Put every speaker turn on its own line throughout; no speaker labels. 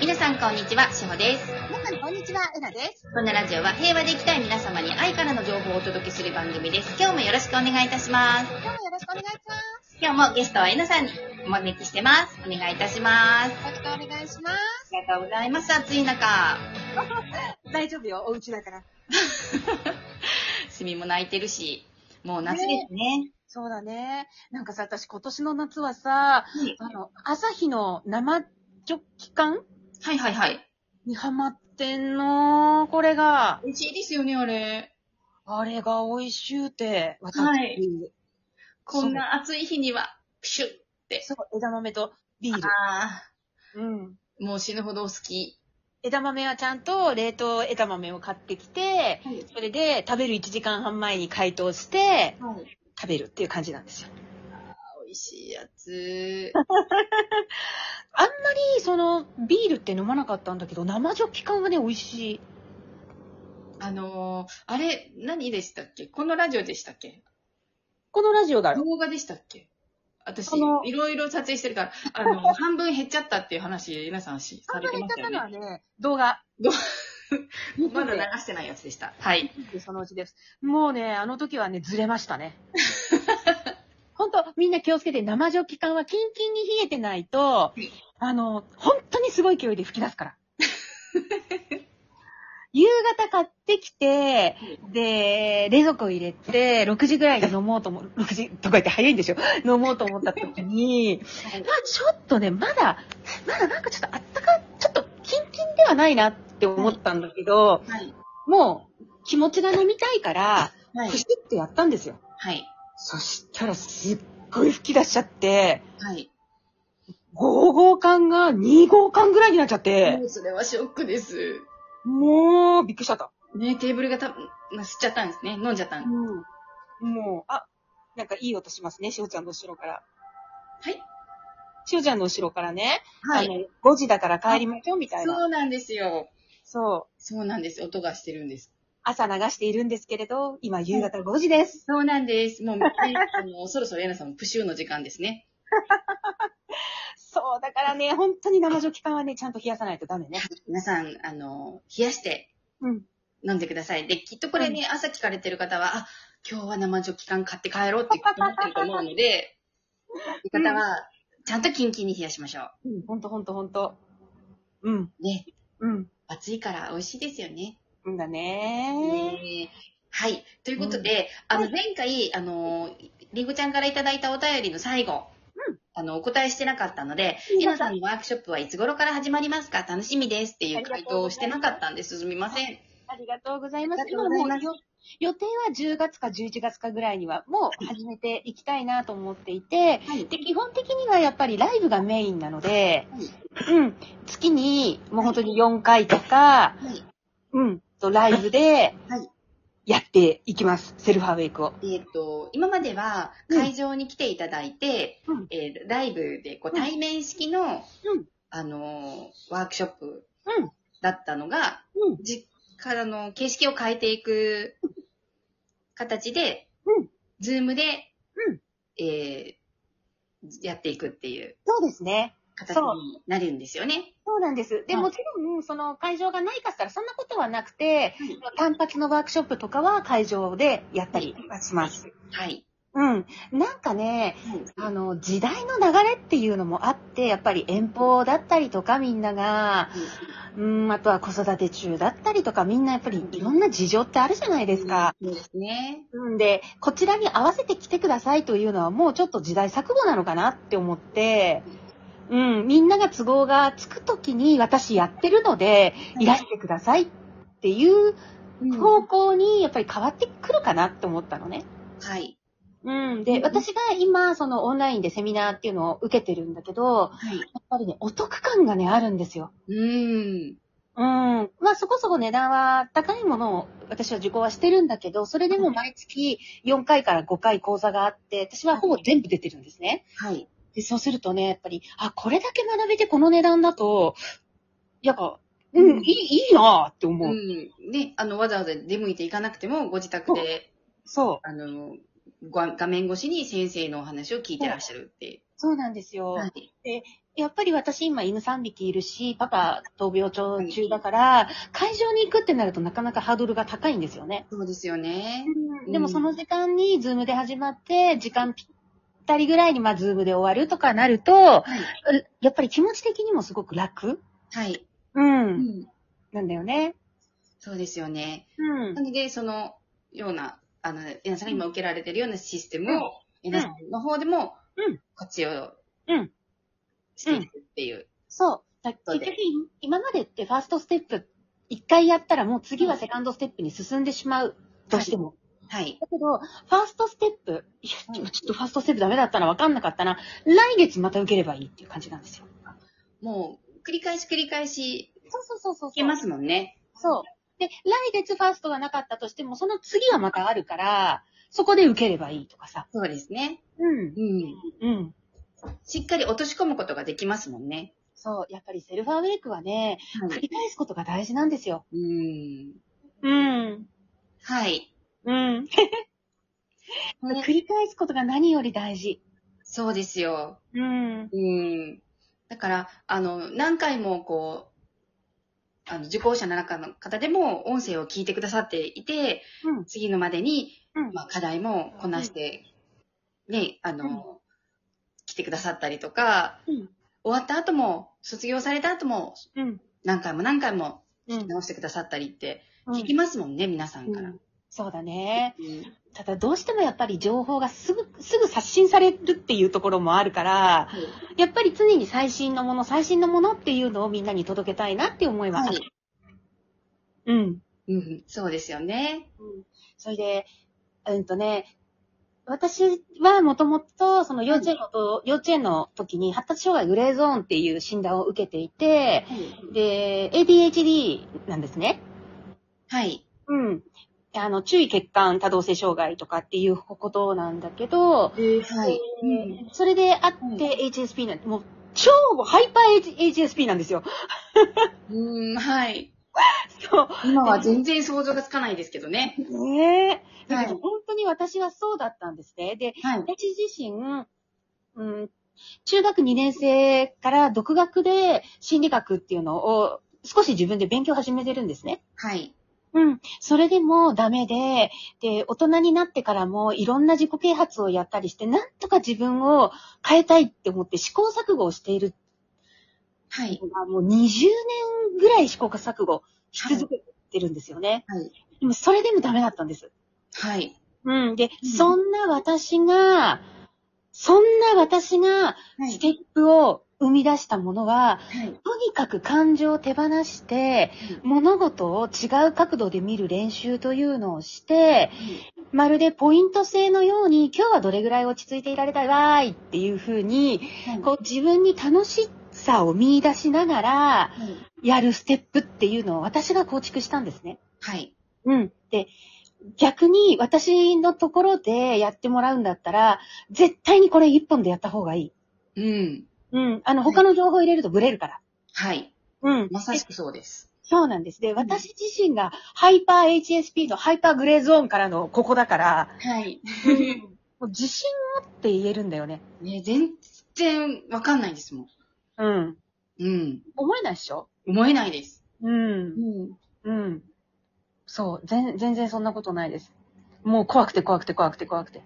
皆さんこんにちは、しほです。
皆さん、こんにちは。うなです。
このラジオは平和で生きたい皆様に愛からの情報をお届けする番組です。今日もよろしくお願いいたします。
今日もよろしくお願いします。
今日もゲストはえなさんにお招きしてます。お願いいたします。
よろしくお願いします。
ありがとうございます。暑い中、
大丈夫よ、お家だから。
シミも泣いてるし、もう夏ですね。
そうだね。なんかさ、私今年の夏はさ、あの、朝日の生ジョッキ缶
はいはいはい。
にハマってんの、これが。
美味しいですよね、あれ。
あれが美味しゅうて、私。
はいこ
こ
ん
んな
な暑い日には、プシュッ。
そう、枝豆とビール。
あ
うん。
ー、もう死ぬほどお好き。
枝豆はちゃんと冷凍枝豆を買ってきて、それで食べる1時間半前に解凍して、
はい。
食べるっていう感じなんですよ。
美味しいやつ。
あんまり、その、ビールって飲まなかったんだけど、生ジョッキ缶がね、美味しい。
あのー、あれ、何でしたっけこのラジオでしたっけ
このラジオだよ。
動画でしたっけ私、
この
いろいろ撮影してるから、あの、半分減っちゃったっていう話、皆さんし、されてましたよね。
はね、動画。
動
見て
まだ
て
流してないやつでした。はい。
見てそのうちです。もうね、あの時はね、ずれました ね。ほんと、みんな気をつけて、生ジョッキ缶はキンキンに冷えてないと
い、
あの、本当にすごい勢いで吹き出す から。夕方買ってきて、で、冷蔵庫入れて、6時ぐらいに飲もうと思、6時とか言って早いんでしょ飲もうと思った時に、まあちょっとね、まだ、まだなんかちょっとあったか、ちょっとキンキンではないなって思ったんだけど、
はい。
もう気持ちが飲みたいから、
は
プ
い
シ。ュってやったんですよ。
はい。
そしたらすっごい吹き出しちゃって、
はい。
5号缶が2号缶ぐらいになっちゃって
も、うそれはショックです。
もうびっくりしちゃった。
ね、テーブルがた、まあ、吸っちゃったんですね。飲んじゃったん。
うん。もう、あ、なんかいい音しますね、しおちゃんの後ろから。
はい。
しおちゃんの後ろからね、
は
あ
い。
の、5時だから帰りましょうみたいな。
そうなんですよ。
そう。
そうなんです。音がしてるんです。
朝流しているんですけれど、今夕方5時です。
そうなんです。もう、ね、あの、そろそろエナさんもプシューの時間ですね。
そう、だからね、本当に生ジョッキ缶はね、ちゃんと冷やさないとダメね。
皆さん、あの、冷やして
うん。
飲んでください。で、きっとこれね、朝聞かれてる方は、あ、今日は生ジョッキ缶買って帰ろうって思ってると思うので、 そういう方は、ちゃんとキンキンに冷やしましょ
うん、ほんとほんとほんと。うん。
う。ね、
うん。
暑いから美味しいですよね。
うんだ
ね
ね
えはい。ということで、あの、前回、あの、りんごちゃんからいただいたお便りの最後、あの、お答えしてなかったので、
いい
え
よ
なさんのワークショップはいつ頃から始まりますか楽しみですっていう回答をしてなかったんです。すみません。
ありがとうございます
あ。りがとう
今
ござい
も
ます
うよ予定は10月か11月かぐらいにはもう始めていきたいなと思っていて、
はい。
で、基本的にはやっぱりライブがメインなので、うん、月にもう本当に4回とか、
はい
うん、とライブで
はい、
やっていきます。セルフアウェイクを。
えっ、と、今までは
うん
会場に来ていただいて、
うん
えーライブでこう
うん
対面式の、
うん
あのーワークショップ
うん
だったのが、
うん
実からの形式を変えていく形で、
うん
ズームで、
うん
えーやっていくっていう
そうですね。
形
そう
になるんですよね。
そうなんです。で、
はい
もちろん、その会場がないかしたらそんなことはなくて
はい、
単発のワークショップとかは会場でやったりはします。
はい。
うん。なんかね、あ
あ
の、時代の流れっていうのもあって、やっぱり遠方だったりとかみんなが、うん、あとは子育て中だったりとかみんなやっぱりいろんな事情ってあるじゃないですか。
そうですね。
うんで、こちらに合わせて来てくださいというのはもうちょっと時代錯誤なのかなって思って、うん、みんなが都合がつくときに私やってるので、いらしてくださいっていう
うん
方向にやっぱり変わってくるかなって思ったのね。
はい。
うん。
う
で、
ん
私が今、そのオンラインでセミナーっていうのを受けてるんだけど、
はい。
やっぱりね、お得感がね、あるんですよ。
うん。
うん。まあ、そこそこ値段は高いものを私は受講はしてるんだけど、それでも毎月4回から5回講座があって、私はほぼ全部出てるんですね。
はい。
で、そうするとね、やっぱり、あ、これだけ学べてこの値段だと、やっぱ、うん、いい、いいなぁって思う。
うん。ね、あの、わざわざ出向いていかなくても、ご自宅で、
そう。
あの、ご画面越しに先生のお話を聞いてらっしゃるって。
そうなんですよ。
はい。
やっぱり私今犬3匹いるし、パパ闘病中中だから、会場に行くってなるとなかなかハードルが高いんですよね。
そうですよね。ん
でもその時間にズームで始まって、時間ぴったりぐらいにまあズームで終わるとかなると、
はい。
やっぱり気持ち的にもすごく楽
はい。
う。
うんん。
なんだよね。
そうですよね。
うん
な。ので、そのような、あの、皆さんが今受けられてるようなシステムを、皆さんの方でも
うん、
活用
うん
していくっていう。
そう。だ結
そう
局
で、
今までってファーストステップ、一回やったらもう次はセカンドステップに進んでしまう。どうしても。
はい。
だけど、ファーストステップ、いや、
はい
でもちょっとファーストステップダメだったな、わかんなかったな、来月また受ければいいっていう感じなんですよ。
もう、繰り返し繰り返し、
そうそうそうそう。
いけますもんね。
そう。で、来月ファーストがなかったとしても、その次はまたあるから、そこで受ければいいとかさ。
そうですね。
うん。
うん。
うん。
しっかり落とし込むことができますもんね。
そう。やっぱりセルフアウェイクはね、繰。り返すことが大事なんですよ。
うん。
うん。
はい。
うん。
ね
繰り返すことが何より大事。
そうですよ。
うん。
うん。だから、あの、何回もこう、あの、受講者の中の方でも音声を聞いてくださっていて、
うん
次のまでに、
うん
まあ、課題もこなして、ね、あの、来てくださったりとか、
うん
終わった後も、卒業された後も、
うん。
何回も何回も
うん。
直してくださったりって、
う
聞きますもんね、皆さんから。
んそうだね。
うん
ただどうしてもやっぱり情報がすぐ、すぐ刷新されるっていうところもあるから、やっぱり常に最新のもの、最新のものっていうのをみんなに届けたいなって思いはあ
は
る。
い。
うん。
うん、そうですよね。
それで、うんとね、私はもともと、その幼稚園のと、幼稚園の時に発達障害グレーゾーンっていう診断を受けていて、で、ADHD なんですね。
はい。
うん。あの、注意欠陥多動性障害とかっていうことなんだけど、
はい。
うんそれであって HSP なんて、もう超ハイパー H- HSP なんですよ。
うん、はい。
そう。
今は全然想像がつかないですけどね。
ねえ。だ
はい
けど本当に私はそうだったんですね。で、
はい。
私自身、うん、中学2年生から独学で心理学っていうのを少し自分で勉強を始めてるんですね。
はい。
うん。それでもダメで、で、大人になってからもいろんな自己啓発をやったりして、なんとか自分を変えたいって思って試行錯誤をしている
はい。
のが、もう20年ぐらい試行錯誤し続けてるんですよね。
はい。
でもそれでもダメだったんです。
はい。
うん。で、
うん
そんな私が、そんな私が
はい
ステップを生み出したもの
は
は、
い。
とにかく感情を手放して、物事を違う角度で見る練習というのをして、まるでポイント制のように、今日はどれぐらい落ち着いていられたわーいっていうふうに、こう自分に楽しさを見出しながら、やるステップっていうのを私が構築したんですね。
はい。
うん。で、逆に私のところでやってもらうんだったら、絶対にこれ一本でやった方がいい。
うん。
うん。あの、他の情報を入れるとブレるから。
はい。
うん。
まさしくそうです。
そうなんです。で、私自身がハイパー HSP のハイパーグレーゾーンからのここだ から、
はい。
もう自信持って言えるんだよね。
ね、全然わかんないですもん。
うん。
うん。
思えないでしょ
思えないです。
うん。
ん。
うん。そう。全全然そんなことないです。もう怖くて怖くて怖くて怖くて。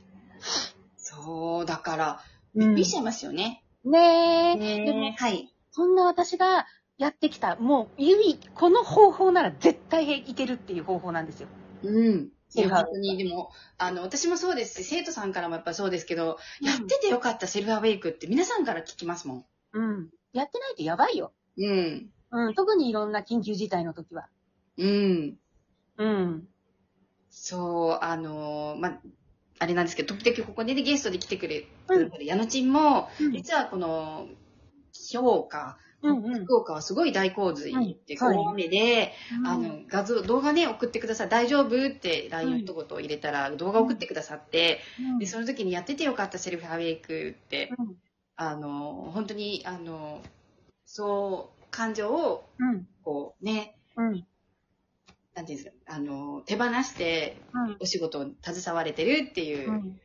そう、だから、
う
びっ
ん
くりしちゃいますよね。
ねえ。でも
ねはい。
そんな私がやってきた、もう、指、この方法なら絶対いけるっていう方法なんですよ。
うん。い
セル
や
フアウ
本当に、でも、あの、私もそうですし、生徒さんからもやっぱそうですけど、やっててよかったセルフアウェイクって皆さんから聞きますもん。
うん。やってないとやばいよ。
うん。
うん。特にいろんな緊急事態の時は。
うん。
うん。
そう、あのーまあ、あれなんですけど、時々ここで、ね、ゲストで来てくれくれてる矢野ちんも、実はこの、評価、
うんうん。
福岡はすごい大洪水って、
うん
こ
そううね
大雨で、あの、画像、動画ね、送ってください。大丈夫って、LINE を一言入れたら、動画送ってくださって、
うん、
で、その時にやっててよかった、セルフアウェイクって、
うん
あの、本当に、あの、そう、感情を、
うん。
こうね、
うん。
なんていうんですか、あの、手放して、
うん。。
お仕事を携われてるっていううん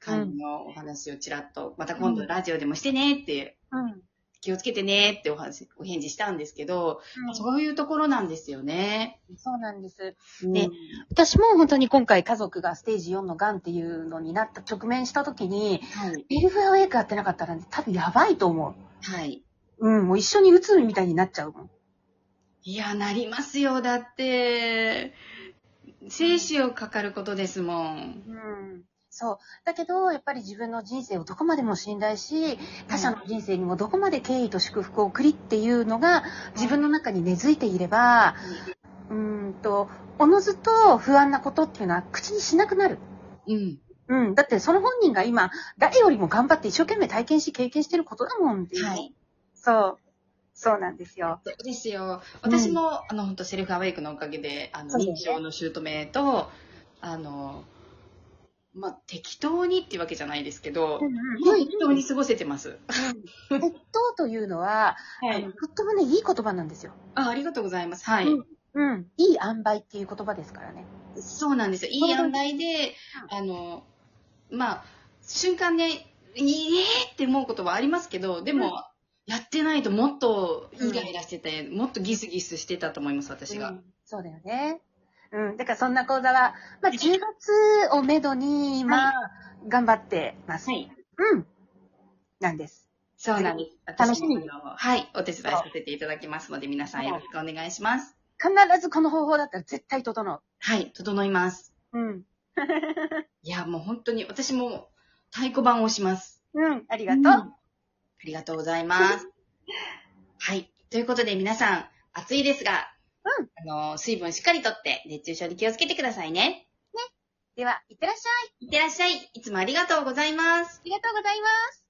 感じのお話をちらっと、また今度ラジオでもしてねって
うん。
気をつけてねってお話、お返事したんですけど、
そ
そういうところなんですよね。
そうなんです。
ね。
私も本当に今回家族がステージ4の癌っていうのになった直面した時に、
はい。
ウェルフェアウェイクやってなかったら、ね、多分やばいと思
はい。
う。うん、もう一緒に鬱みたいになっちゃうもん。
いや、なりますよ。だって、生死をかかることですもん。
うん。そう。だけど、やっぱり自分の人生をどこまでも信頼し、他者の人生にもどこまで敬意と祝福を送りっていうのが、自分の中に根付いていれば、うーんと、おのずと不安なことっていうのは口にしなくなる。
うん。
うん。だってその本人が今、誰よりも頑張って一生懸命体験し経験してることだもんっていう。
はい。
そう。そうなんですよ。
そうですよ。
うん
私も、あの、本当セルフアウェイクのおかげで、あの、
そうですね
認知症の姑と、あの、まあ、適当にっていうわけじゃないですけど、
はい。
適当に過ごせてます。
えっと、というのは、
は
あの。とってもね、いい言葉なんですよ。
あ、ありがとうございます。はい。
うんうん。いい塩梅っていう言葉ですからね。
そうなんですよ。いい塩梅で、あの、まあ、瞬間ね、いいえーって思うことはありますけど、でも、
うん
やってないともっとイライラしてて、もっとギスギスしてたと思います、私が。
うんそうだよね。うん。だからそんな講座は、まあ、10月をめどに、今、頑張ってます。
はい。
うん。なんです。
そうなんです。
楽しみに
私もあのはい。お手伝いさせていただきますので、皆さんよろしくお願いします。
必ずこの方法だったら絶対整う。
はい。整います。
うん。
いや、もう本当に、私も太鼓判を押します。
うん。あり
あ
がとう。
ありがとうございます。はい。ということで皆さん、暑いですが、あの、水分しっかりとって、熱中症に気をつけてくださいね。
では、いってらっしゃい。
いってらっしゃい。いつもありがとうございます。
ありがとうございます。